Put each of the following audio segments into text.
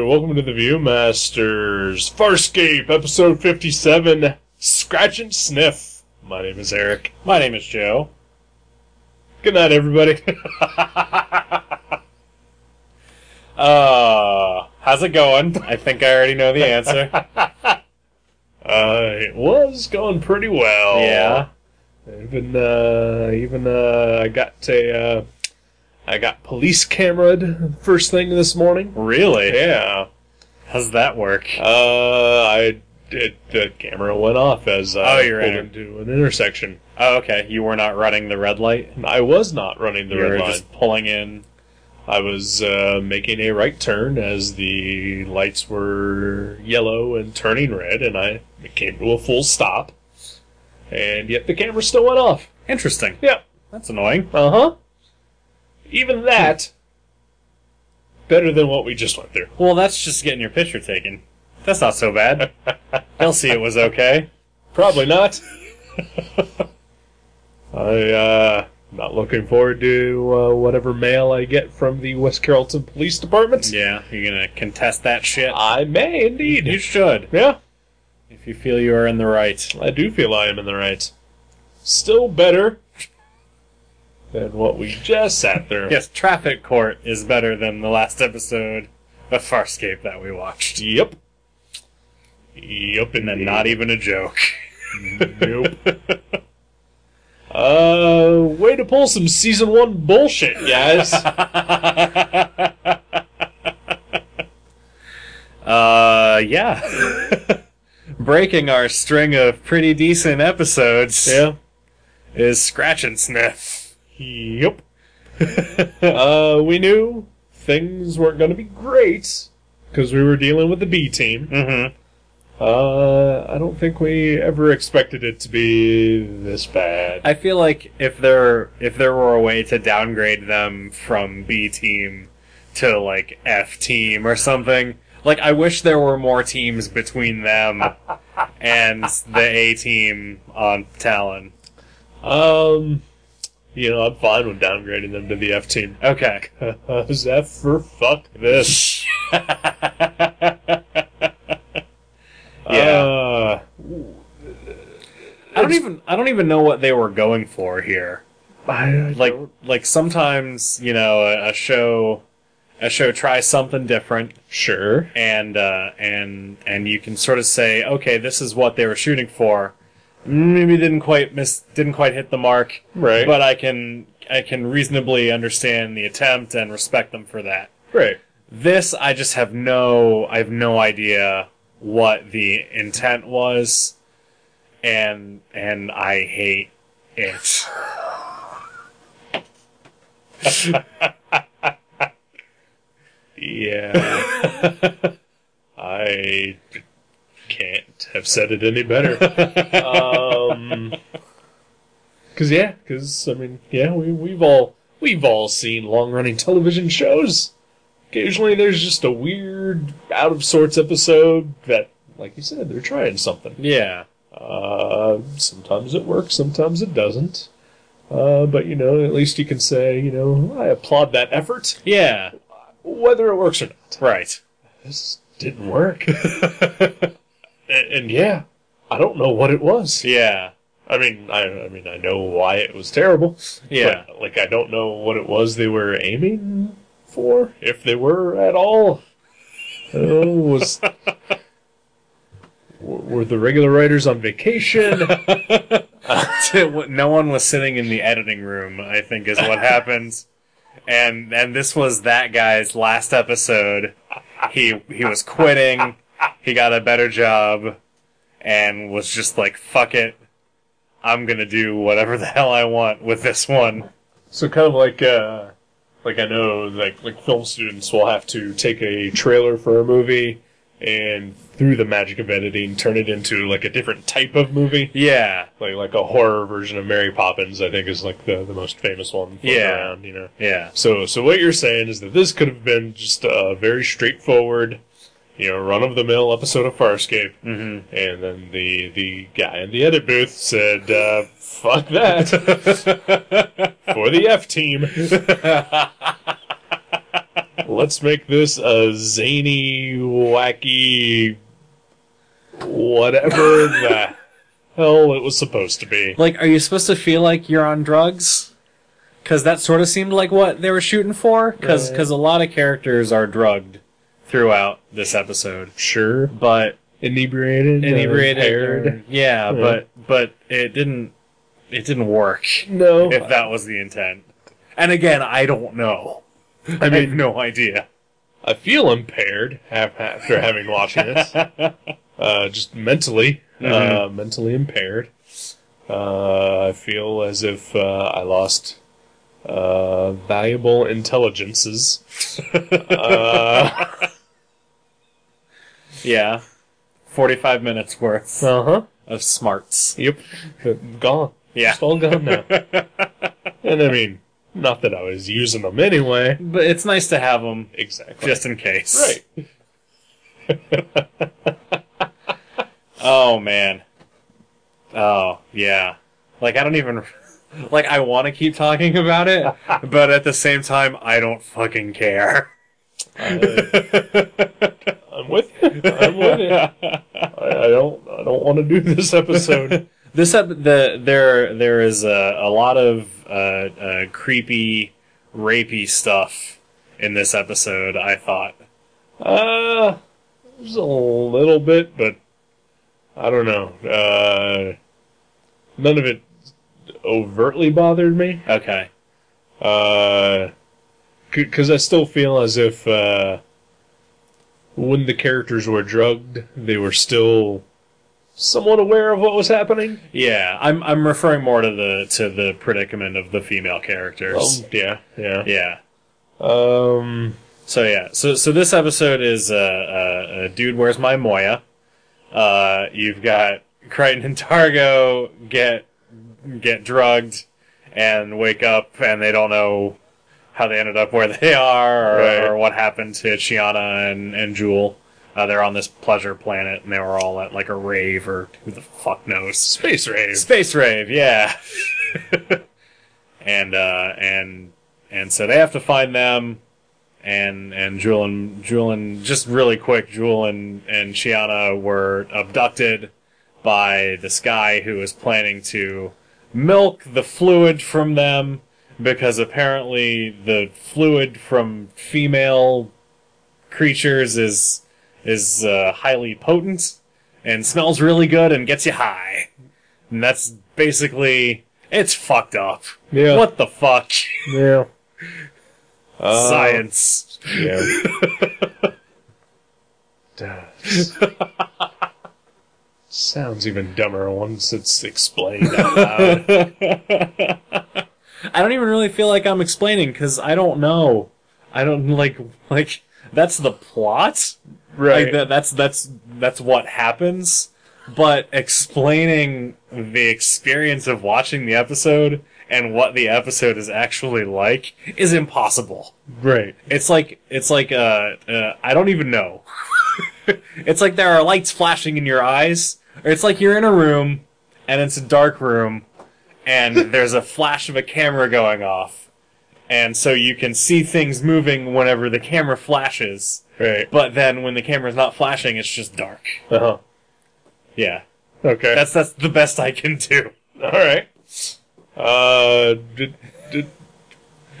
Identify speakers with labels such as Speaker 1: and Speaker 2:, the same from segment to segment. Speaker 1: welcome to the Viewmasters Farscape, episode 57, Scratch and Sniff. My name is Eric.
Speaker 2: My name is Joe.
Speaker 1: Good night, everybody.
Speaker 2: Uh, how's it going? I think I already know the answer.
Speaker 1: uh, it was going pretty well.
Speaker 2: yeah.
Speaker 1: Even, uh, even, uh, I got a, uh, I got police cameraed first thing this morning.
Speaker 2: Really?
Speaker 1: Yeah.
Speaker 2: How's that work?
Speaker 1: Uh, I, it, the camera went off as I
Speaker 2: Oh, you're
Speaker 1: pulled
Speaker 2: right.
Speaker 1: into an intersection.
Speaker 2: Oh, okay. You were not running the red light.
Speaker 1: I was not running the
Speaker 2: you were
Speaker 1: red line.
Speaker 2: just pulling in.
Speaker 1: I was uh, making a right turn as the lights were yellow and turning red, and I it came to a full stop. And yet the camera still went off.
Speaker 2: Interesting.
Speaker 1: Yeah.
Speaker 2: That's annoying.
Speaker 1: Uh huh. Even that better than what we just went through.
Speaker 2: Well, that's just getting your picture taken. That's not so bad. They'll see it was okay.
Speaker 1: Probably not. I uh not looking forward to uh, whatever mail I get from the West Carrollton Police Department.
Speaker 2: Yeah, you're gonna contest that shit.
Speaker 1: I may
Speaker 2: You
Speaker 1: indeed.
Speaker 2: should,
Speaker 1: Yeah.
Speaker 2: if you feel you are in the right.
Speaker 1: I do feel I am in the right. Still better than what we just sat through.
Speaker 2: Yes, Traffic Court is better than the last episode of Farscape that we watched.
Speaker 1: Yep. Yep,
Speaker 2: And then not even a joke.
Speaker 1: Nope. uh, way to pull some season one bullshit, guys.
Speaker 2: Uh, yeah. Breaking our string of pretty decent episodes
Speaker 1: yeah.
Speaker 2: is Scratch and Sniff.
Speaker 1: Yep. uh, we knew things weren't going to be great because we were dealing with the B team.
Speaker 2: Mm-hmm.
Speaker 1: Uh, I don't think we ever expected it to be this bad.
Speaker 2: I feel like if there if there were a way to downgrade them from B team to like F team or something, like I wish there were more teams between them and the A team on Talon.
Speaker 1: Um, you know, I'm fine with downgrading them to the F team.
Speaker 2: Okay.
Speaker 1: Is that for fuck this?
Speaker 2: yeah.
Speaker 1: Uh,
Speaker 2: I don't even I don't even know what they were going for here.
Speaker 1: I,
Speaker 2: Like like sometimes, you know, a, a show a show tries something different
Speaker 1: sure.
Speaker 2: and uh, and and you can sort of say, okay, this is what they were shooting for. Maybe didn't quite miss, didn't quite hit the mark,
Speaker 1: Right.
Speaker 2: But I can I can reasonably understand the attempt and respect them for that.
Speaker 1: Right.
Speaker 2: This I just have no I have no idea what the intent was, and and I hate it.
Speaker 1: Yeah. I can't have said it any better. um, cause yeah, cause I mean, yeah, we we've all we've all seen long running television shows. Occasionally, there's just a weird, out of sorts episode that, like you said, they're trying something.
Speaker 2: Yeah,
Speaker 1: Uh, sometimes it works, sometimes it doesn't. Uh, but you know, at least you can say, you know, I applaud that effort,
Speaker 2: yeah,
Speaker 1: whether it works or not.
Speaker 2: right.
Speaker 1: This didn't work. and, and yeah, I don't know what it was.
Speaker 2: Yeah,
Speaker 1: I mean, I, I mean, I know why it was terrible.
Speaker 2: yeah.
Speaker 1: but, like I don't know what it was they were aiming for, if they were at all. Oh, was were were the regular writers on vacation?
Speaker 2: no one was sitting in the editing room, I think is what happened. And and this was that guy's last episode. He he was quitting. He got a better job and was just like fuck it. I'm going to do whatever the hell I want with this one.
Speaker 1: So kind of like uh like I know like like film students will have to take a trailer for a movie and through the magic of editing turn it into like a different type of movie.
Speaker 2: Yeah.
Speaker 1: Like like a horror version of Mary Poppins I think is like the the most famous one floating
Speaker 2: Yeah.
Speaker 1: around, you know.
Speaker 2: Yeah.
Speaker 1: So so what you're saying is that this could have been just a very straightforward you know, run of the mill episode of Farscape,
Speaker 2: Mhm.
Speaker 1: and then the the guy in the edit booth said, uh, "Fuck that for the F team." let's make this a zany, wacky, whatever the hell it was supposed to be.
Speaker 2: Like, are you supposed to feel like you're on drugs? Because that sort of seemed like what they were shooting for. Because
Speaker 1: Right.
Speaker 2: a lot of characters are drugged throughout this episode,
Speaker 1: Sure,
Speaker 2: but
Speaker 1: inebriated, uh,
Speaker 2: inebriated.
Speaker 1: impaired.
Speaker 2: or-
Speaker 1: Yeah.
Speaker 2: Yeah, but but it didn't it didn't work
Speaker 1: No,
Speaker 2: if that was the intent. And again, I don't know. I,
Speaker 1: I
Speaker 2: have
Speaker 1: mean
Speaker 2: no idea.
Speaker 1: I feel impaired half after having watched this. uh, just mentally, uh,
Speaker 2: Mhm.
Speaker 1: mentally impaired. Uh, I feel as if uh, I lost uh, valuable intelligences. uh
Speaker 2: yeah, forty-five minutes worth
Speaker 1: huh.
Speaker 2: of smarts.
Speaker 1: Yep. Gone.
Speaker 2: Uh-huh. Yeah.
Speaker 1: It's all gone now. and I mean, not that I was using them anyway.
Speaker 2: But it's nice to have them
Speaker 1: Exactly.
Speaker 2: just in case.
Speaker 1: right.
Speaker 2: Oh man. Oh yeah. Like I don't even. Like I want to keep talking about it, but at the same time, I don't fucking care. uh,
Speaker 1: I, I'm with you. I'm with you. I, I don't. I don't want to do this episode.
Speaker 2: This ep- the there there is a, a lot of uh, uh, creepy, rapey stuff in this episode. I thought
Speaker 1: Uh, there's a little bit, but I don't know. Uh, none of it overtly bothered me.
Speaker 2: okay,
Speaker 1: Uh, because I still feel as if uh, when the characters were drugged, they were still somewhat aware of what was happening.
Speaker 2: yeah, I'm I'm referring more to the to the predicament of the female characters.
Speaker 1: Um, yeah, yeah.
Speaker 2: yeah.
Speaker 1: Um,
Speaker 2: So yeah, so so this episode is uh, uh, uh dude, where's my Moya? Uh, you've got Crichton and Targo get get drugged and wake up, and they don't know how they ended up where they are or,
Speaker 1: Right.
Speaker 2: or what happened to Chiana and and Jewel. Uh, they're on this pleasure planet, and they were all at like a rave or who the fuck knows.
Speaker 1: space rave.
Speaker 2: Space rave, yeah. and uh, and and so they have to find them, and and Jewel and Jewel and just really quick, Jewel and and Shiana were abducted by this guy who was planning to milk the fluid from them because apparently the fluid from female creatures is is uh, highly potent and smells really good and gets you high. And that's basically it's fucked up.
Speaker 1: Yeah.
Speaker 2: What the fuck?
Speaker 1: Yeah. Uh,
Speaker 2: Science.
Speaker 1: Yeah. Duh. Sounds even dumber once it's explained out loud.
Speaker 2: I don't even really feel like I'm explaining because I don't know. I don't like like that's the plot. Like that, that's that's that's what happens. But explaining the experience of watching the episode and what the episode is actually like is impossible.
Speaker 1: right.
Speaker 2: It's like it's like uh, uh I don't even know. it's like there are lights flashing in your eyes, or it's like you're in a room and it's a dark room, and there's a flash of a camera going off, and so you can see things moving whenever the camera flashes.
Speaker 1: Right.
Speaker 2: But then when the camera's not flashing, it's just dark.
Speaker 1: Uh huh.
Speaker 2: Yeah,
Speaker 1: Okay.
Speaker 2: that's that's the best I can do.
Speaker 1: All right. Uh, d- d-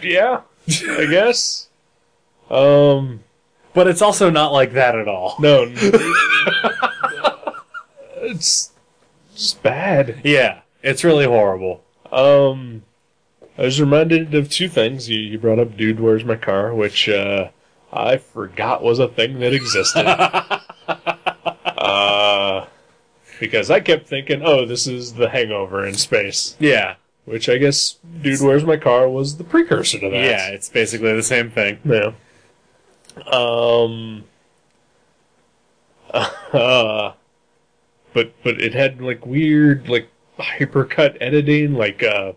Speaker 1: yeah, I guess. Um,
Speaker 2: But it's also not like that at all.
Speaker 1: no, n- it's just bad.
Speaker 2: Yeah, it's really horrible.
Speaker 1: Um, I was reminded of two things. You you brought up "Dude, Where's My Car," which uh, I forgot was a thing that existed. uh, because I kept thinking, "Oh, this is The Hangover in space,"
Speaker 2: Yeah,
Speaker 1: which I guess "Dude, Where's My Car" was the precursor to that.
Speaker 2: yeah, it's basically the same thing.
Speaker 1: Yeah. Um. Uh, but but it had like weird like hypercut editing, like uh,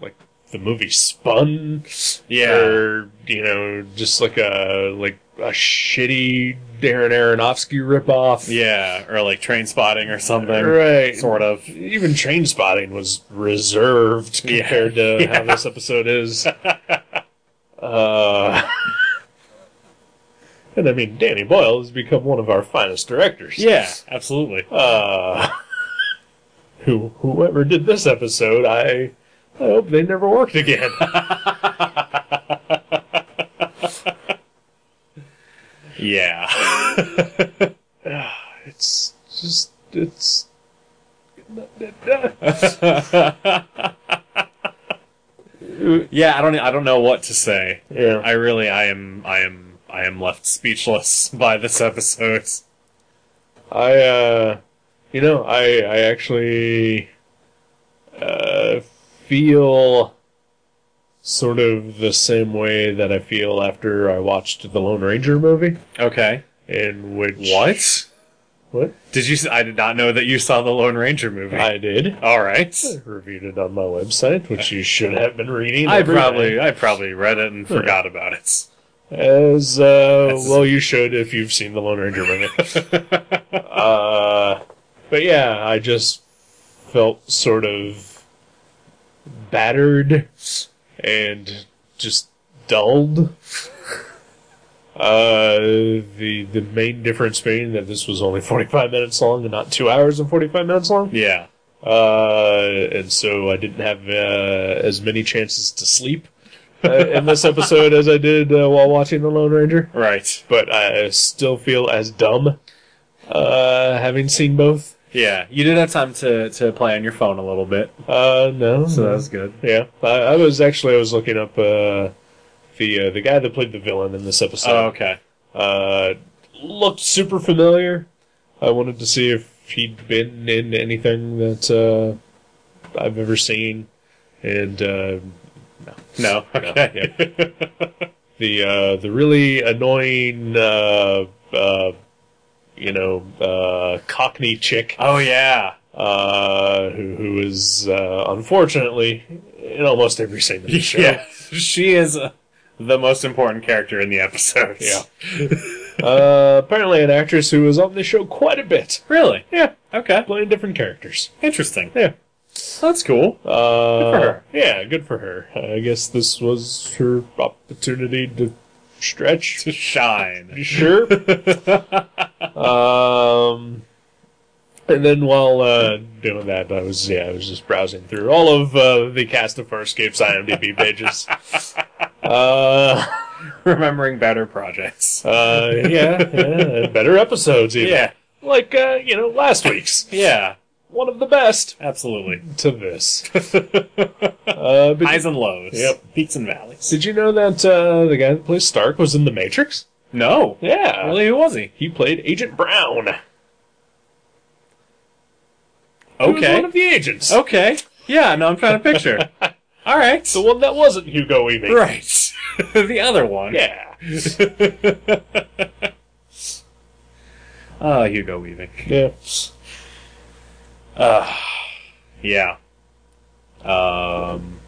Speaker 1: like the movie Spun.
Speaker 2: Yeah.
Speaker 1: Or you know, just like a like a shitty Darren Aronofsky ripoff.
Speaker 2: Yeah, or like train spotting or something.
Speaker 1: Right.
Speaker 2: Sort of.
Speaker 1: Even Train Spotting was reserved
Speaker 2: Yeah.
Speaker 1: compared to how this episode is. uh. And I mean, Danny Boyle has become one of our finest directors.
Speaker 2: Yeah, absolutely.
Speaker 1: Uh, who whoever did this episode, I I hope they never worked again.
Speaker 2: Yeah.
Speaker 1: Ah, it's just it's.
Speaker 2: yeah, I don't I don't know what to say.
Speaker 1: Yeah.
Speaker 2: I really I am I am I am left speechless by this episode.
Speaker 1: I uh you know, I I actually uh feel sort of the same way that I feel after I watched the Lone Ranger movie
Speaker 2: Okay.
Speaker 1: in which
Speaker 2: What?
Speaker 1: What?
Speaker 2: Did you s- I did not know that you saw the Lone Ranger movie.
Speaker 1: I did.
Speaker 2: All right.
Speaker 1: I reviewed it on my website, which you should have been reading.
Speaker 2: I
Speaker 1: every
Speaker 2: probably
Speaker 1: day.
Speaker 2: I probably read it and forgot about it.
Speaker 1: as uh,
Speaker 2: That's-
Speaker 1: well you should if you've seen the Lone Ranger movie. Uh, but yeah, I just felt sort of battered and just dulled. Uh, the the main difference being that this was only 45 minutes long and not two hours and 45 minutes long.
Speaker 2: yeah.
Speaker 1: Uh, and so I didn't have uh, as many chances to sleep uh, in this episode as I did uh, while watching The Lone Ranger
Speaker 2: Right.
Speaker 1: but I still feel as dumb uh, having seen both.
Speaker 2: Yeah. You did have time to, to play on your phone a little bit,
Speaker 1: Uh, no,
Speaker 2: so that was good.
Speaker 1: yeah. I, I was actually I was looking up uh, the uh, the guy that played the villain in this
Speaker 2: Oh,
Speaker 1: episode.
Speaker 2: okay.
Speaker 1: Uh, looked super familiar. I wanted to see if he'd been in anything that uh, I've ever seen, and uh,
Speaker 2: No. Okay.
Speaker 1: the uh, the really annoying. Uh, uh, you know, uh, Cockney chick
Speaker 2: Oh yeah.
Speaker 1: uh, who, who is uh, unfortunately in almost every scene of the show.
Speaker 2: Yeah. She is uh, the most important character in the episode.
Speaker 1: Yeah. uh, apparently, an actress who was on the show quite a bit.
Speaker 2: Really?
Speaker 1: Yeah,
Speaker 2: Okay.
Speaker 1: playing different characters.
Speaker 2: Interesting.
Speaker 1: Yeah.
Speaker 2: That's cool.
Speaker 1: Uh,
Speaker 2: Good for her.
Speaker 1: Yeah, good for her. I guess this was her opportunity to stretch.
Speaker 2: To shine.
Speaker 1: Sure. um, and then while uh, doing that, I was yeah, I was just browsing through all of uh, the cast of Farscape's IMDb pages. uh,
Speaker 2: Remembering better projects.
Speaker 1: Uh, yeah, yeah, better episodes even.
Speaker 2: Yeah.
Speaker 1: Like, uh, you know, last week's.
Speaker 2: Yeah.
Speaker 1: One of the best
Speaker 2: Absolutely.
Speaker 1: to this. Uh, but
Speaker 2: Highs and lows.
Speaker 1: Yep.
Speaker 2: Peaks and valleys.
Speaker 1: did you know that uh, the guy that plays Stark was in The Matrix?
Speaker 2: No.
Speaker 1: Yeah.
Speaker 2: Really, who was he?
Speaker 1: He played Agent Brown. He was one
Speaker 2: Okay.
Speaker 1: of the agents.
Speaker 2: Okay. Yeah, no, I'm trying to picture. All right.
Speaker 1: The one that wasn't Hugo Weaving.
Speaker 2: right. the other one.
Speaker 1: Yeah.
Speaker 2: Oh, Hugo Weaving.
Speaker 1: Yeah. Ah,
Speaker 2: Yeah. Um.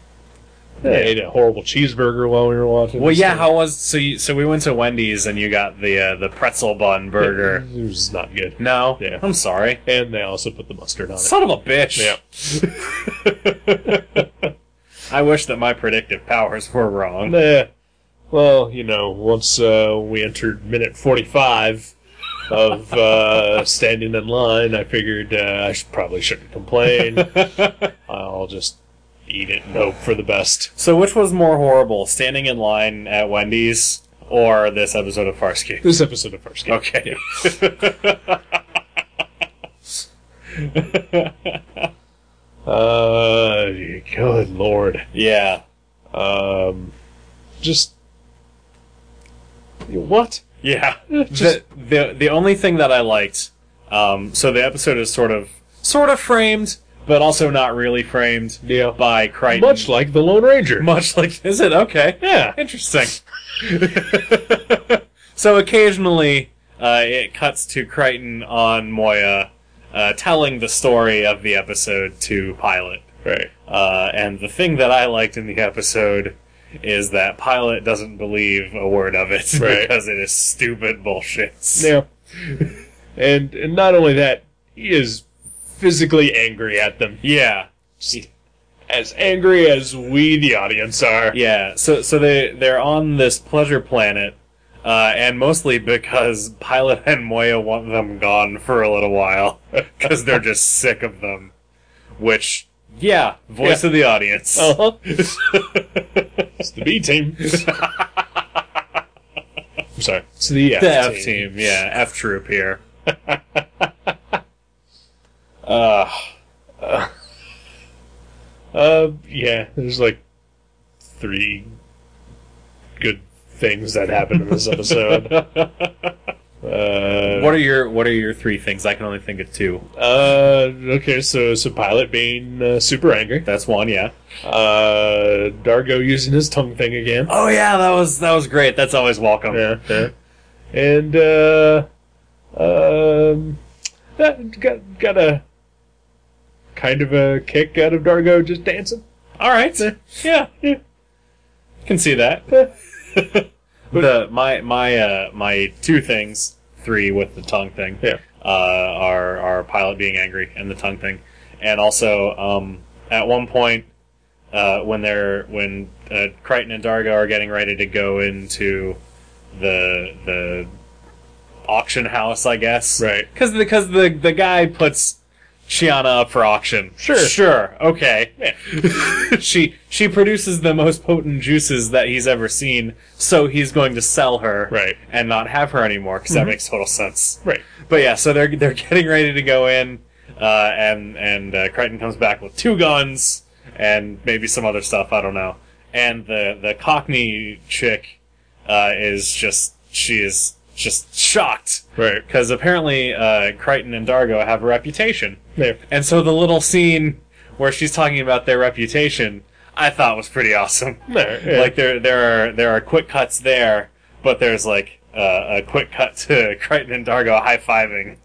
Speaker 1: I ate a horrible cheeseburger while we were watching.
Speaker 2: Well,
Speaker 1: this
Speaker 2: yeah.
Speaker 1: thing.
Speaker 2: How was so? You, so we went to Wendy's and you got the uh, the pretzel bun burger.
Speaker 1: It was not good.
Speaker 2: No.
Speaker 1: Yeah.
Speaker 2: I'm sorry.
Speaker 1: And they also put the mustard on it.
Speaker 2: Son of a bitch.
Speaker 1: Yeah.
Speaker 2: I wish that my predictive powers were wrong.
Speaker 1: Nah. Well, you know, once uh, we entered minute 45 of uh, standing in line, I figured uh, I should, probably shouldn't complain. I'll just eat it and hope for the best.
Speaker 2: So, which was more horrible, standing in line at Wendy's or this episode of Farscape?
Speaker 1: This episode of First Game.
Speaker 2: Okay.
Speaker 1: Uh, good lord.
Speaker 2: Yeah.
Speaker 1: Um, just. What?
Speaker 2: Yeah.
Speaker 1: Just-
Speaker 2: the, the the only thing that I liked, um, so the episode is sort of sort of framed, but also not really framed
Speaker 1: Yeah.
Speaker 2: by Crichton.
Speaker 1: Much like the Lone Ranger.
Speaker 2: much like is it okay?
Speaker 1: yeah.
Speaker 2: Interesting. so occasionally, uh, it cuts to Crichton on Moya, uh, telling the story of the episode to Pilot.
Speaker 1: Right.
Speaker 2: Uh, and the thing that I liked in the episode is that Pilot doesn't believe a word of it
Speaker 1: Right.
Speaker 2: because it is stupid bullshit.
Speaker 1: Yeah. and, and not only that, he is physically angry at them.
Speaker 2: Yeah.
Speaker 1: As angry as we, the audience, are.
Speaker 2: Yeah. So so they they're on this pleasure planet. uh, and mostly because Pilot and Moya want them gone for a little while because they're just sick of them. Which, yeah, voice
Speaker 1: Yeah.
Speaker 2: of the audience.
Speaker 1: Uh-huh. it's the B team. I'm sorry. It's the F,
Speaker 2: the F team, yeah, F troop here.
Speaker 1: Uh, yeah. There's like three good things that happened in this episode. uh,
Speaker 2: What are your What are your three things? I can only think of two.
Speaker 1: uh, okay. So, so pilot being uh, super angry.
Speaker 2: That's one, yeah.
Speaker 1: Uh, Dargo using his tongue thing again.
Speaker 2: Oh yeah, that was that was great. That's always welcome.
Speaker 1: Yeah, yeah. And uh, um, that got got a kind of a kick out of Dargo just dancing.
Speaker 2: All right,
Speaker 1: Yeah, yeah.
Speaker 2: can see that.
Speaker 1: yeah.
Speaker 2: the my my uh my two things three with the tongue thing
Speaker 1: Yeah.
Speaker 2: uh are are pilot being angry and the tongue thing and also um at one point uh when they're when uh, Crichton and Dargo are getting ready to go into the the auction house I guess
Speaker 1: Right.
Speaker 2: because because the the guy puts Chiana up for auction
Speaker 1: Sure.
Speaker 2: sure okay she she produces the most potent juices that he's ever seen, so he's going to sell her
Speaker 1: Right. Mm-hmm.
Speaker 2: and not have her anymore because that makes total sense.
Speaker 1: Right.
Speaker 2: But yeah, so they're they're getting ready to go in, uh, and and uh, Crichton comes back with two guns and maybe some other stuff I don't know. And the the Cockney chick uh, is just she is just shocked
Speaker 1: Right.
Speaker 2: because apparently uh, Crichton and Dargo have a reputation.
Speaker 1: There.
Speaker 2: And so the little scene where she's talking about their reputation, I thought was pretty awesome.
Speaker 1: There, yeah.
Speaker 2: Like there, there are there are quick cuts there, but there's like uh, a quick cut to Crichton and Dargo high fiving,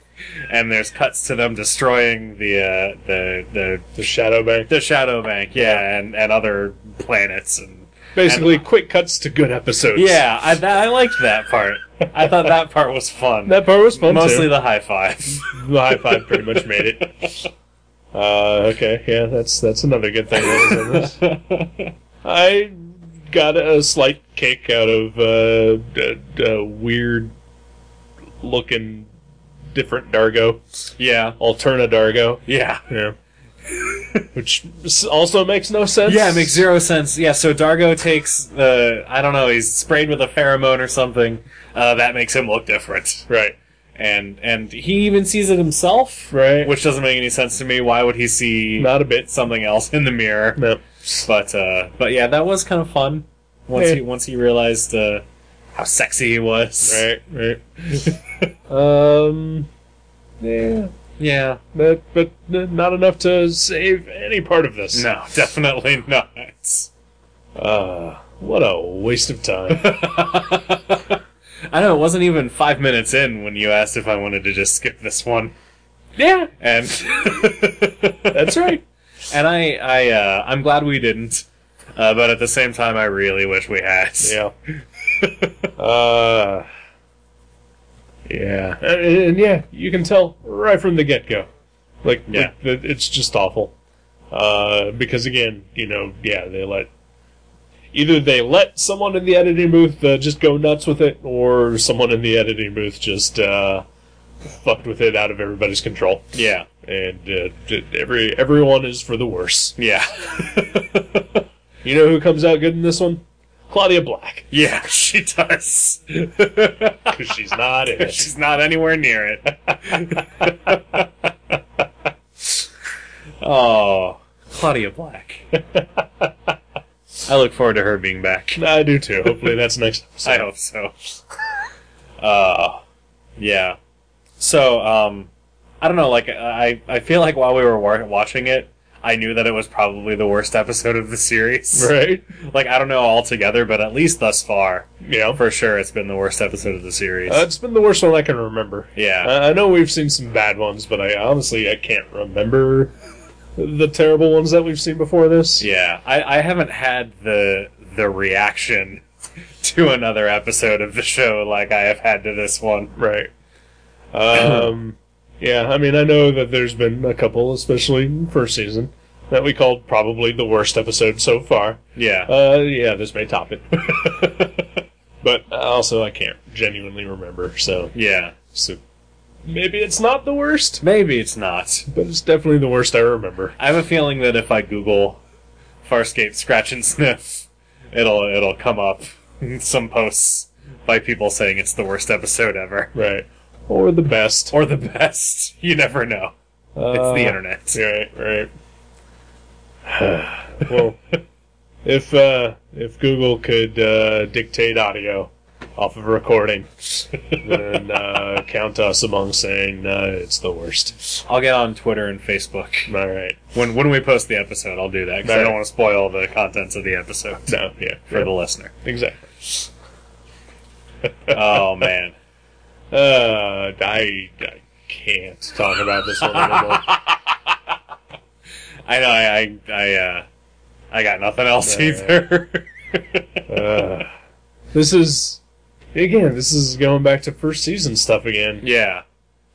Speaker 2: and there's cuts to them destroying the uh, the the
Speaker 1: The shadow bank.
Speaker 2: the shadow bank, yeah, and and other planets and. uh,
Speaker 1: Basically, quick cuts to good episodes.
Speaker 2: Yeah, I, that, I liked that part. I thought that part was fun.
Speaker 1: that part was fun.
Speaker 2: Mostly
Speaker 1: too.
Speaker 2: the high five.
Speaker 1: the high five pretty much made it. Uh, okay, yeah, that's that's another good thing that was in this. I got a slight kick out of uh, d- d- weird looking different Dargo,
Speaker 2: yeah,
Speaker 1: Alterna Dargo.
Speaker 2: yeah.
Speaker 1: Yeah. Which s- also makes no sense.
Speaker 2: Yeah, it makes zero sense. Yeah, so Dargo takes the I don't know, he's sprayed with a pheromone or something. Uh, that makes him look different.
Speaker 1: Right,
Speaker 2: And and he even sees it himself,
Speaker 1: right.
Speaker 2: which doesn't make any sense to me. Why would he see
Speaker 1: Not a bit.
Speaker 2: something else in the mirror?
Speaker 1: No.
Speaker 2: But uh, but yeah, that was kind of fun once
Speaker 1: Yeah.
Speaker 2: he once he realized uh, how sexy he was.
Speaker 1: Right, right. um. Yeah.
Speaker 2: Yeah.
Speaker 1: But, but n- not enough to save any part of this.
Speaker 2: No, definitely not.
Speaker 1: Uh, what a waste of time.
Speaker 2: I know it wasn't even five minutes in when you asked if I wanted to just skip this one,
Speaker 1: yeah,
Speaker 2: and
Speaker 1: that's right.
Speaker 2: And I, I, uh, I'm glad we didn't. Uh, but at the same time, I really wish we had.
Speaker 1: Yeah. Uh, yeah, and, and yeah, you can tell right from the get go. Like,
Speaker 2: Yeah.
Speaker 1: like, the- it's just awful. Uh, because again, you know, yeah, they let either they let someone in the editing booth uh, just go nuts with it, or someone in the editing booth just uh, fucked with it out of everybody's control,
Speaker 2: Yeah.
Speaker 1: and uh, d- every everyone is for the worse.
Speaker 2: Yeah.
Speaker 1: You know who comes out good in this one? Claudia Black,
Speaker 2: Yeah, she does.
Speaker 1: because she's not in it.
Speaker 2: She's not anywhere near it. oh, Claudia Black. I look forward to her being back.
Speaker 1: I do too. Hopefully that's next episode.
Speaker 2: I hope so. Uh, yeah. So, um, I don't know. Like, I I feel like while we were wa- watching it, I knew that it was probably the worst episode of the series.
Speaker 1: Right?
Speaker 2: Like, I don't know altogether, but at least thus far,
Speaker 1: Yeah.
Speaker 2: for sure, it's been the worst episode of the series.
Speaker 1: Uh, it's been the worst one I can remember.
Speaker 2: yeah.
Speaker 1: I I know we've seen some bad ones, but I honestly I can't remember the terrible ones that we've seen before this.
Speaker 2: Yeah, I, I haven't had the the reaction to another episode of the show like I have had to this one.
Speaker 1: Right. Um, yeah, I mean I know that there's been a couple, especially in first season, that we called probably the worst episode so far.
Speaker 2: Yeah,
Speaker 1: Uh, yeah, this may top it. but also I can't genuinely remember. So,
Speaker 2: Yeah.
Speaker 1: so maybe it's not the worst,
Speaker 2: Maybe it's not.
Speaker 1: but it's definitely the worst I remember.
Speaker 2: I have a feeling that if I Google Farscape scratch and sniff, it'll it'll come up in some posts by people saying it's the worst episode ever
Speaker 1: Right. Or the best.
Speaker 2: or the best. You never know. It's
Speaker 1: Uh,
Speaker 2: the internet.
Speaker 1: Right, right. well, if uh, if Google could uh, dictate audio off of recording, then uh, count us among saying uh, it's the worst.
Speaker 2: I'll get on Twitter and Facebook.
Speaker 1: All right.
Speaker 2: When when we post the episode, I'll do that because I
Speaker 1: Right.
Speaker 2: don't want to spoil the contents of the episode
Speaker 1: No, yeah,
Speaker 2: for the listener.
Speaker 1: exactly.
Speaker 2: Oh man.
Speaker 1: Uh, I, I can't talk about this one anymore.
Speaker 2: I know. I I I, uh, I got nothing else
Speaker 1: Yeah.
Speaker 2: either.
Speaker 1: Uh, this is again. This is going back to first season stuff again.
Speaker 2: yeah,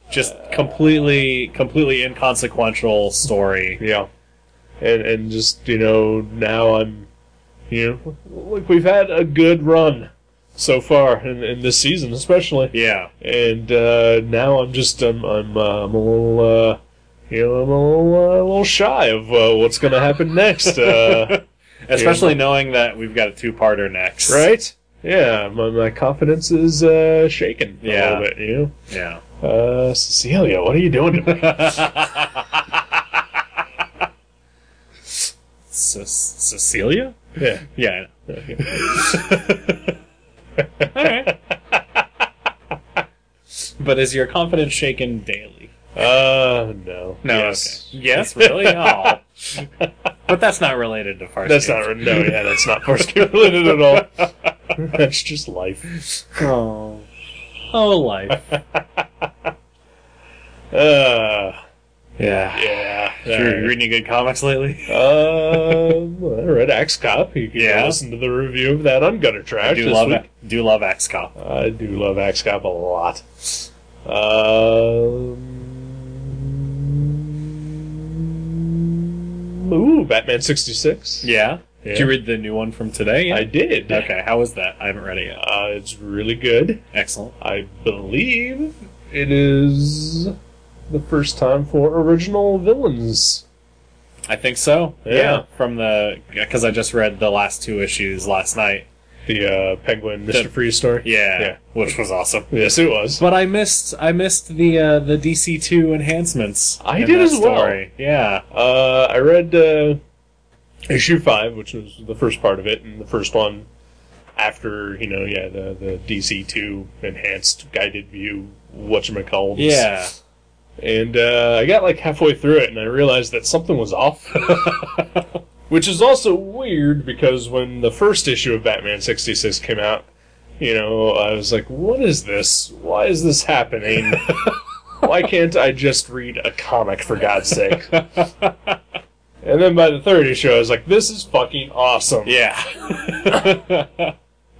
Speaker 2: just completely completely inconsequential story.
Speaker 1: Yeah, and and just you know now I'm, you know, look we've had a good run so far in, in this season especially,
Speaker 2: Yeah,
Speaker 1: and uh, now I'm just I'm I'm, uh, I'm a little uh, you know I'm a little, uh, a little shy of uh, what's going to happen next. Uh,
Speaker 2: especially knowing that we've got a two-parter next.
Speaker 1: right? Yeah, my, my confidence is uh, shaken a
Speaker 2: Yeah.
Speaker 1: little bit. You
Speaker 2: Yeah.
Speaker 1: know, uh, Cecilia, what are you doing to me?
Speaker 2: Ce- Cecilia.
Speaker 1: Yeah.
Speaker 2: Yeah.
Speaker 1: Okay.
Speaker 2: All right. but is your confidence shaken daily?
Speaker 1: Uh, no.
Speaker 2: No.
Speaker 1: Yes.
Speaker 2: okay. Yes. Really? Oh. but that's not related to Farscape.
Speaker 1: That's not no. Yeah, that's not Force related at all. That's just life.
Speaker 2: Oh. Oh, life.
Speaker 1: Uh,
Speaker 2: Yeah.
Speaker 1: yeah.
Speaker 2: You reading any good comics lately?
Speaker 1: Um, I read Axe Cop. You can
Speaker 2: Yeah.
Speaker 1: listen to the review of that on Gutter Trash.
Speaker 2: I do
Speaker 1: this
Speaker 2: love
Speaker 1: week.
Speaker 2: do love X Cop.
Speaker 1: I do love Axe Cop a lot. Um, ooh, Batman sixty six.
Speaker 2: Yeah.
Speaker 1: Yeah.
Speaker 2: Did you read the new one from today?
Speaker 1: I did.
Speaker 2: Okay. How was that? I haven't read it yet.
Speaker 1: Uh, it's really good.
Speaker 2: Excellent.
Speaker 1: I believe it is the first time for original villains.
Speaker 2: I think so.
Speaker 1: Yeah.
Speaker 2: From the because I just read the last two issues last night.
Speaker 1: The uh, Penguin Mr.
Speaker 2: The-
Speaker 1: Freeze story.
Speaker 2: Yeah.
Speaker 1: Yeah.
Speaker 2: Which was awesome.
Speaker 1: Yes, it was.
Speaker 2: But I missed I missed the uh, the DC two enhancements.
Speaker 1: I
Speaker 2: in
Speaker 1: did
Speaker 2: that
Speaker 1: as well.
Speaker 2: story. Yeah.
Speaker 1: Uh, I read uh, issue five, which was the first part of it, and the first one after you know, yeah, the the DC two enhanced guided view whatchamacallit.
Speaker 2: Yeah.
Speaker 1: And uh, I got like halfway through it, and I realized that something was off. Which is also weird because when the first issue of Batman '66 came out, you know, I was like, "What is this? Why is this happening? Why can't I just read a comic for God's sake?" and then by the third issue, I was like, "This is fucking awesome!"
Speaker 2: Yeah.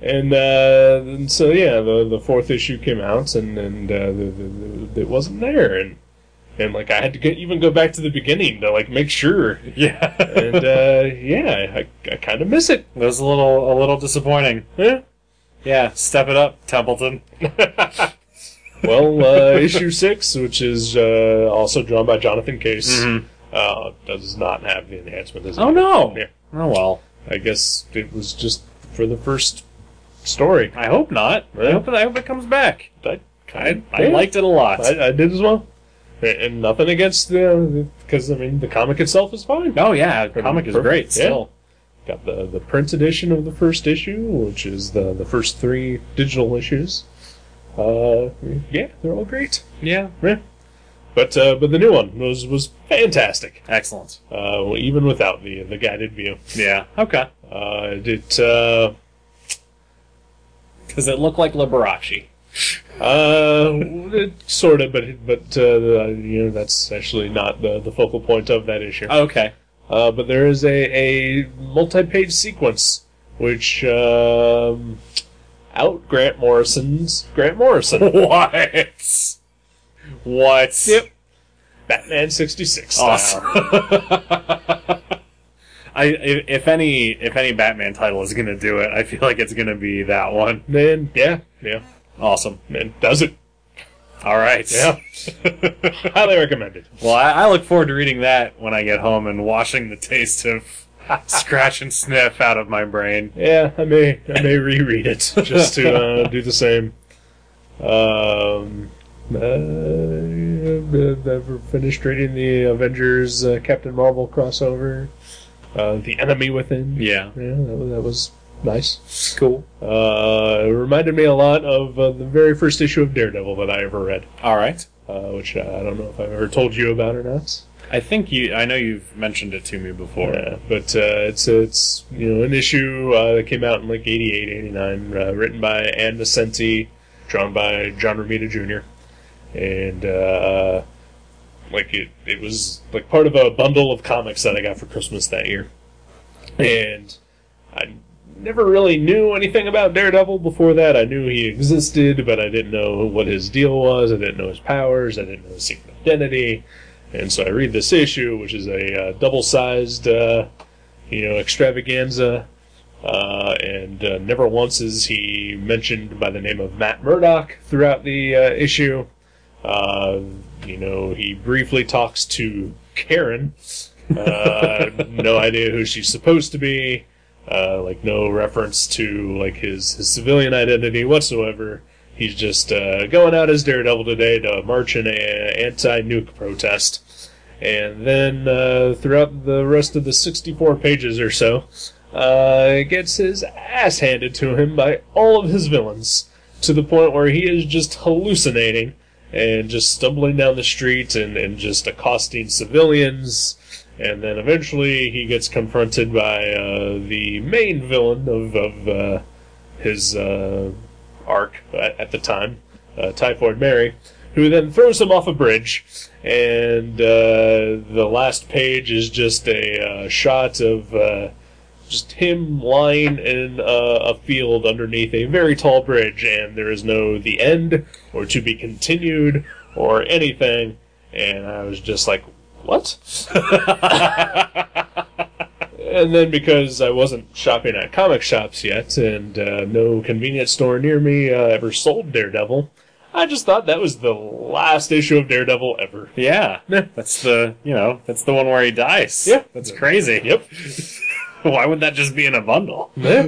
Speaker 1: And, uh, and so yeah, the the fourth issue came out, and and uh, the, the, the, it wasn't there, and and like I had to get, even go back to the beginning to like make sure,
Speaker 2: yeah.
Speaker 1: and uh, yeah, I, I kind of miss it.
Speaker 2: That was a little a little disappointing.
Speaker 1: Yeah.
Speaker 2: Yeah, step it up, Templeton. Mm-hmm.
Speaker 1: Well, uh, issue six, which is uh, also drawn by Jonathan Case, uh, does not have the enhancement. Does it?
Speaker 2: Mm-hmm. Oh no.
Speaker 1: Yeah.
Speaker 2: Oh well.
Speaker 1: I guess it was just for the first story.
Speaker 2: I hope not. I
Speaker 1: Yeah.
Speaker 2: hope I hope it comes back.
Speaker 1: I
Speaker 2: I,
Speaker 1: kind
Speaker 2: I liked it a lot.
Speaker 1: I, I did as well. A- And nothing against the because I mean the comic itself is fine.
Speaker 2: oh yeah, the comic is
Speaker 1: Perfect.
Speaker 2: great.
Speaker 1: Yeah.
Speaker 2: Still.
Speaker 1: Got the the print edition of the first issue, which is the the first three digital issues. Uh, yeah, they're all great.
Speaker 2: Yeah.
Speaker 1: Yeah. But uh, but the new one was was fantastic.
Speaker 2: Excellent.
Speaker 1: Uh, well, even without the the guided view,
Speaker 2: Yeah. Okay.
Speaker 1: uh, it uh,
Speaker 2: Does it look like Liberace?
Speaker 1: uh, it sort of, but but uh, you know that's actually not the the focal point of that issue.
Speaker 2: Oh, Okay.
Speaker 1: Uh, but there is a, a multi-page sequence which um, out Grant Morrison's Grant Morrison,
Speaker 2: What? What?
Speaker 1: Yep. Batman '66 style.
Speaker 2: Awesome. I if, if any if any Batman title is gonna do it, I feel like it's gonna be that one.
Speaker 1: Then yeah, yeah.
Speaker 2: Awesome.
Speaker 1: And does it.
Speaker 2: All right.
Speaker 1: Yeah. Highly recommended.
Speaker 2: Well, I, I look forward to reading that when I get home and washing the taste of scratch and sniff out of my brain.
Speaker 1: Yeah, I may I may reread it just to uh, do the same. Um, uh, I've I've finished reading the Avengers uh, Captain Marvel crossover, uh, the Enemy Within.
Speaker 2: Yeah.
Speaker 1: yeah, that was, that was nice.
Speaker 2: Cool.
Speaker 1: Uh, it reminded me a lot of uh, the very first issue of Daredevil that I ever read,
Speaker 2: All right.
Speaker 1: uh, which uh, I don't know if I've ever told you about or not.
Speaker 2: I think you. I know you've mentioned it to me before.
Speaker 1: Yeah, but uh, it's it's you know an issue uh, that came out in like 88, 89, uh, written by Ann Nesenti, drawn by John Romita Jr. And uh, like it, it was like part of a bundle of comics that I got for Christmas that year, and I never really knew anything about Daredevil before that. I knew he existed, but I didn't know what his deal was. I didn't know his powers. I didn't know his secret identity. And so I read this issue, which is a uh, double-sized, uh, you know, extravaganza. Uh, and uh, never once is he mentioned by the name of Matt Murdock throughout the uh, issue. Uh, you know, he briefly talks to Karen. Uh, no idea who she's supposed to be. Uh, like no reference to like his, his civilian identity whatsoever. He's just uh, going out as Daredevil today to march in a anti-nuke protest. And then uh, throughout the rest of the 64 pages or so, uh, gets his ass handed to him by all of his villains to the point where he is just hallucinating and just stumbling down the street and, and just accosting civilians. And then eventually he gets confronted by uh, the main villain of, of uh, his uh, arc at, at the time, uh, Typhoid Mary, who then throws him off a bridge. And uh, the last page is just a uh, shot of uh, just him lying in a, a field underneath a very tall bridge, and there is no the end or to be continued or anything. And I was just like, what? and then because I wasn't shopping at comic shops yet, and uh, no convenience store near me uh, ever sold Daredevil, I just thought that was the last issue of Daredevil ever.
Speaker 2: Yeah. That's the you know that's the one where he dies.
Speaker 1: Yeah.
Speaker 2: That's crazy.
Speaker 1: Yep.
Speaker 2: Why would that just be in a bundle?
Speaker 1: Yeah.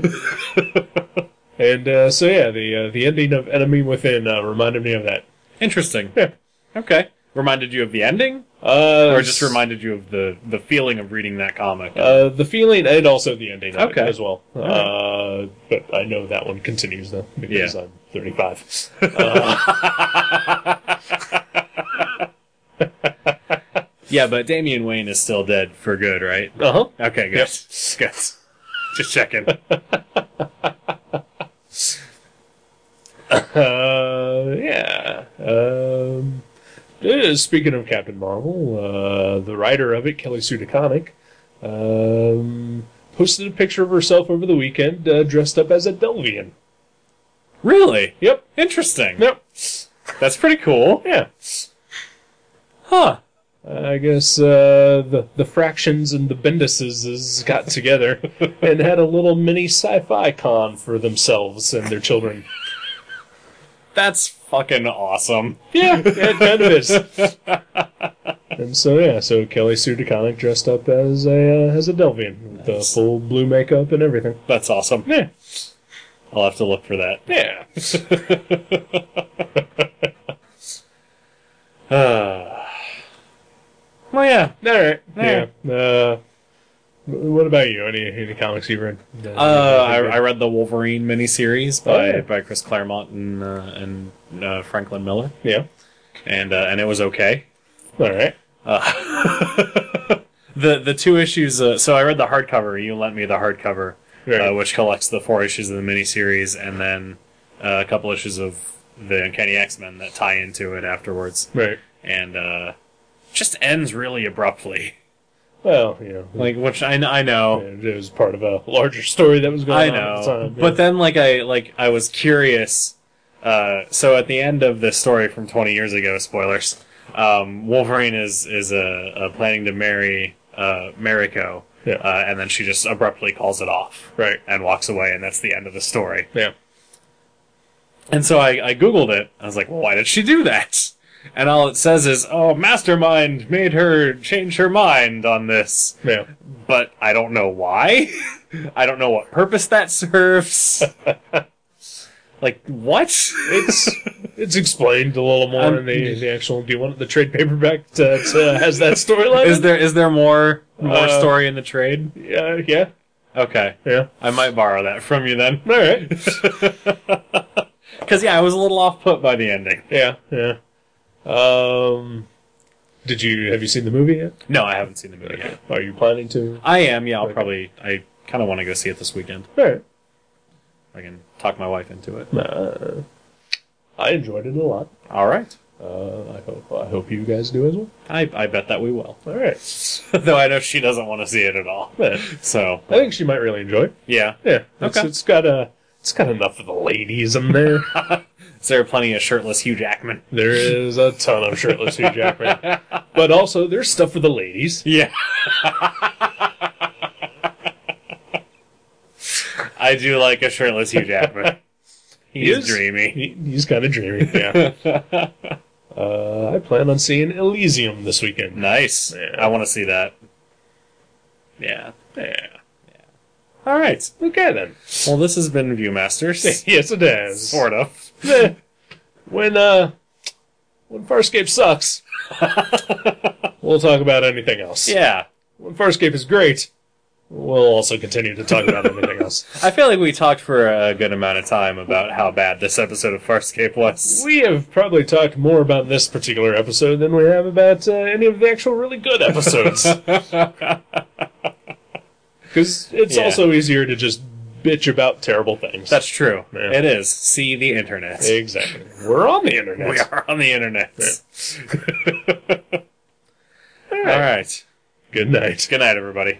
Speaker 1: and uh, so yeah, the uh, the ending of Enemy Within uh, reminded me of that.
Speaker 2: Interesting.
Speaker 1: Yeah.
Speaker 2: Okay. Reminded you of the ending,
Speaker 1: Uh,
Speaker 2: or just reminded you of the the feeling of reading that comic?
Speaker 1: Uh, the feeling and also the ending of
Speaker 2: Okay.
Speaker 1: it as well. Uh, but I know that one continues though because
Speaker 2: Yeah.
Speaker 1: I'm 35.
Speaker 2: yeah, but Damian Wayne is still dead for good, right?
Speaker 1: Uh huh.
Speaker 2: Okay, good. Good. Just checking.
Speaker 1: Uh, yeah. Um, eh, speaking of Captain Marvel, uh, the writer of it, Kelly Sue DeConnick, um, posted a picture of herself over the weekend uh, dressed up as a Delvian.
Speaker 2: really?
Speaker 1: Yep.
Speaker 2: Interesting.
Speaker 1: Yep.
Speaker 2: That's pretty cool.
Speaker 1: Yeah.
Speaker 2: Huh.
Speaker 1: I guess uh, the the fractions and the Bendises got together and had a little mini sci-fi con for themselves and their children.
Speaker 2: That's fucking awesome.
Speaker 1: Yeah, it kind of is. And so yeah, so Kelly Sue DeConnick dressed up as a uh, as a Delvian with the
Speaker 2: Nice.
Speaker 1: full blue makeup and everything.
Speaker 2: That's awesome.
Speaker 1: Yeah,
Speaker 2: I'll have to look for that.
Speaker 1: yeah.
Speaker 2: Uh, well, Oh, yeah.
Speaker 1: All right.
Speaker 2: Yeah.
Speaker 1: Yeah. Uh, wh- what about you? Any any comics you read? Uh,
Speaker 2: Uh, I, I read the Wolverine miniseries by
Speaker 1: Oh, yeah.
Speaker 2: by Chris Claremont and uh, and uh, Franklin Miller,
Speaker 1: yeah.
Speaker 2: and uh, and it was okay.
Speaker 1: All right.
Speaker 2: Uh, the the two issues. Uh, so I read the hardcover. You lent me the hardcover,
Speaker 1: Right.
Speaker 2: uh, which collects the four issues of the miniseries, and then uh, a couple issues of the Uncanny X Men that tie into it afterwards,
Speaker 1: Right.
Speaker 2: and uh, just ends really abruptly.
Speaker 1: Well, you know,
Speaker 2: Like, which I I know.
Speaker 1: And it was part of a larger story that was
Speaker 2: Oh. I
Speaker 1: going on
Speaker 2: know,
Speaker 1: at the time.
Speaker 2: but then like I like I was curious. Uh, so at the end of this story from 20 years ago, spoilers. Um, Wolverine is is uh, uh, planning to marry uh, Mariko,
Speaker 1: Yeah.
Speaker 2: uh, and then she just abruptly calls it off
Speaker 1: right,
Speaker 2: and walks away, and that's the end of the story.
Speaker 1: yeah,
Speaker 2: And so I, I Googled it. I was like, well, why did she do that? And all it says is, oh, Mastermind made her change her mind on this.
Speaker 1: Yeah.
Speaker 2: But I don't know why. I don't know what purpose that serves. like, what?
Speaker 1: It's it's explained a little more in the, the actual. Do you want the trade paperback that uh, has that storyline?
Speaker 2: Is there is there more more
Speaker 1: Uh,
Speaker 2: story in the trade?
Speaker 1: Yeah, yeah,
Speaker 2: Okay,
Speaker 1: yeah.
Speaker 2: I might borrow that from you then.
Speaker 1: All right.
Speaker 2: Because yeah, I was a little off put by the ending.
Speaker 1: Yeah, yeah. Um, did you have you seen the movie yet?
Speaker 2: No, I haven't seen the movie yet.
Speaker 1: Are you planning to?
Speaker 2: I am. Yeah, I'll probably. I kind of want to go see it this weekend.
Speaker 1: All right.
Speaker 2: I can talk my wife into it.
Speaker 1: Uh, I enjoyed it a lot.
Speaker 2: All right.
Speaker 1: Uh, I hope I hope you guys do as well.
Speaker 2: I, I bet that we will.
Speaker 1: All right.
Speaker 2: Though I know she doesn't want to see it at all.
Speaker 1: Yeah.
Speaker 2: So
Speaker 1: I think she might really enjoy. It.
Speaker 2: yeah.
Speaker 1: Yeah. It's,
Speaker 2: Okay.
Speaker 1: It's got a. It's got enough of the ladies in there.
Speaker 2: Is there plenty of shirtless Hugh Jackman?
Speaker 1: there is a ton of shirtless Hugh Jackman, but also there's stuff for the ladies.
Speaker 2: Yeah. I do like a shirtless Hugh Jackman. He's
Speaker 1: is-
Speaker 2: dreamy.
Speaker 1: He, he's kind of dreamy. Yeah. uh, I plan on seeing Elysium this weekend.
Speaker 2: Nice.
Speaker 1: Yeah.
Speaker 2: I want to see that. Yeah.
Speaker 1: Yeah.
Speaker 2: All right.
Speaker 1: Okay then.
Speaker 2: Well, this has been Viewmasters.
Speaker 1: Yes, it does.
Speaker 2: sort of.
Speaker 1: Eh, when uh, when Farscape sucks, we'll talk about anything else.
Speaker 2: Yeah.
Speaker 1: When Farscape is great, we'll also continue to talk about anything else.
Speaker 2: I feel like we talked for a good amount of time about how bad this episode of Farscape was.
Speaker 1: We have probably talked more about this particular episode than we have about uh, any of the actual really good episodes. Because it's
Speaker 2: Yeah.
Speaker 1: also easier to just bitch about terrible things.
Speaker 2: That's true.
Speaker 1: Yeah.
Speaker 2: It is. See the internet.
Speaker 1: exactly. We're on the internet.
Speaker 2: We are on the internet. All
Speaker 1: right.
Speaker 2: right.
Speaker 1: Good night.
Speaker 2: Mm-hmm. Good night, everybody.